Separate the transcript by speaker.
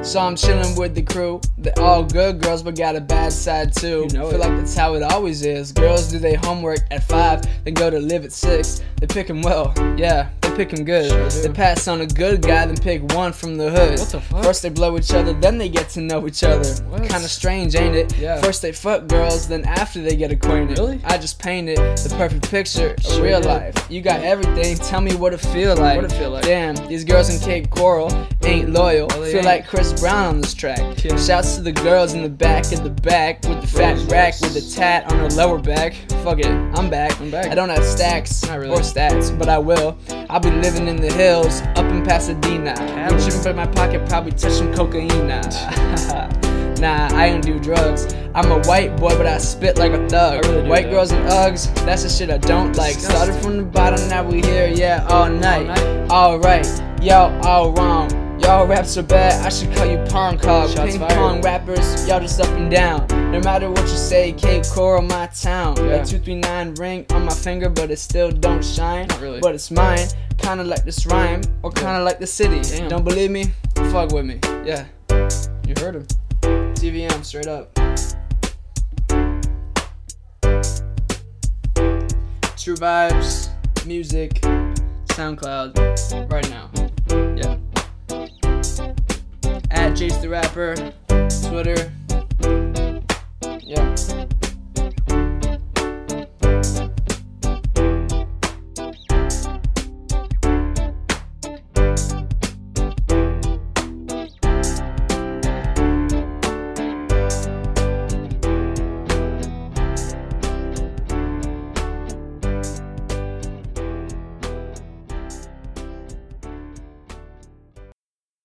Speaker 1: So I'm chilling with the crew. They're all good girls, but got a bad side too.
Speaker 2: You know
Speaker 1: Feel
Speaker 2: it.
Speaker 1: like that's how it always is. Girls do their homework at five, then go to live at six. They pick 'em well, yeah, they pick 'em good.
Speaker 2: Sure do.
Speaker 1: they pass on a good guy, then pick one from the hood.
Speaker 2: What the fuck?
Speaker 1: First they blow each other, then they get to know each other.
Speaker 2: What?
Speaker 1: Kinda strange, ain't it?
Speaker 2: Yeah.
Speaker 1: First they fuck girls, then after they get acquainted.
Speaker 2: Really?
Speaker 1: I just painted the perfect picture of
Speaker 2: Sure
Speaker 1: real
Speaker 2: did.
Speaker 1: life. You got everything, tell me what it feel like.
Speaker 2: What it feel like.
Speaker 1: Damn, these girls in Cape Coral ain't loyal.
Speaker 2: No, they
Speaker 1: feel
Speaker 2: ain't.
Speaker 1: like Chris Brown on this track.
Speaker 2: Yeah.
Speaker 1: Shouts to the girls in the back of the back with the fat
Speaker 2: Rose
Speaker 1: rack with
Speaker 2: lips.
Speaker 1: the tat on her lower back. Fuck it, I'm back.
Speaker 2: I'm back.
Speaker 1: I don't have stacks
Speaker 2: Not really.
Speaker 1: or stats, but I will. I'll be living in the hills, up in Pasadena.
Speaker 2: Cali.
Speaker 1: Reaching for my pocket, probably touching cocaine. nah, I don't do drugs. I'm a white boy, but I spit like a thug.
Speaker 2: I really do
Speaker 1: white
Speaker 2: that.
Speaker 1: girls and Uggs, that's the shit I don't like.
Speaker 2: Disgusting.
Speaker 1: Started from the bottom, now we here, yeah, all night.
Speaker 2: night.
Speaker 1: Alright, y'all all wrong. Y'all raps are bad, I should call you Pong Cog.
Speaker 2: Shots
Speaker 1: Ping
Speaker 2: fired.
Speaker 1: pong rappers, y'all just up and down. No matter what you say, Cape Coral, my town.
Speaker 2: Yeah.
Speaker 1: A 239 ring on my finger, but it still don't shine.
Speaker 2: Not really.
Speaker 1: But it's mine, kinda like this rhyme, or kinda like the city.
Speaker 2: Damn.
Speaker 1: Don't believe me? Fuck with me. Yeah,
Speaker 2: You heard him.
Speaker 1: TVM, straight up. True Vibes, music, SoundCloud, right now.
Speaker 2: Yeah.
Speaker 1: At Jace the Rapper, Twitter. Yeah.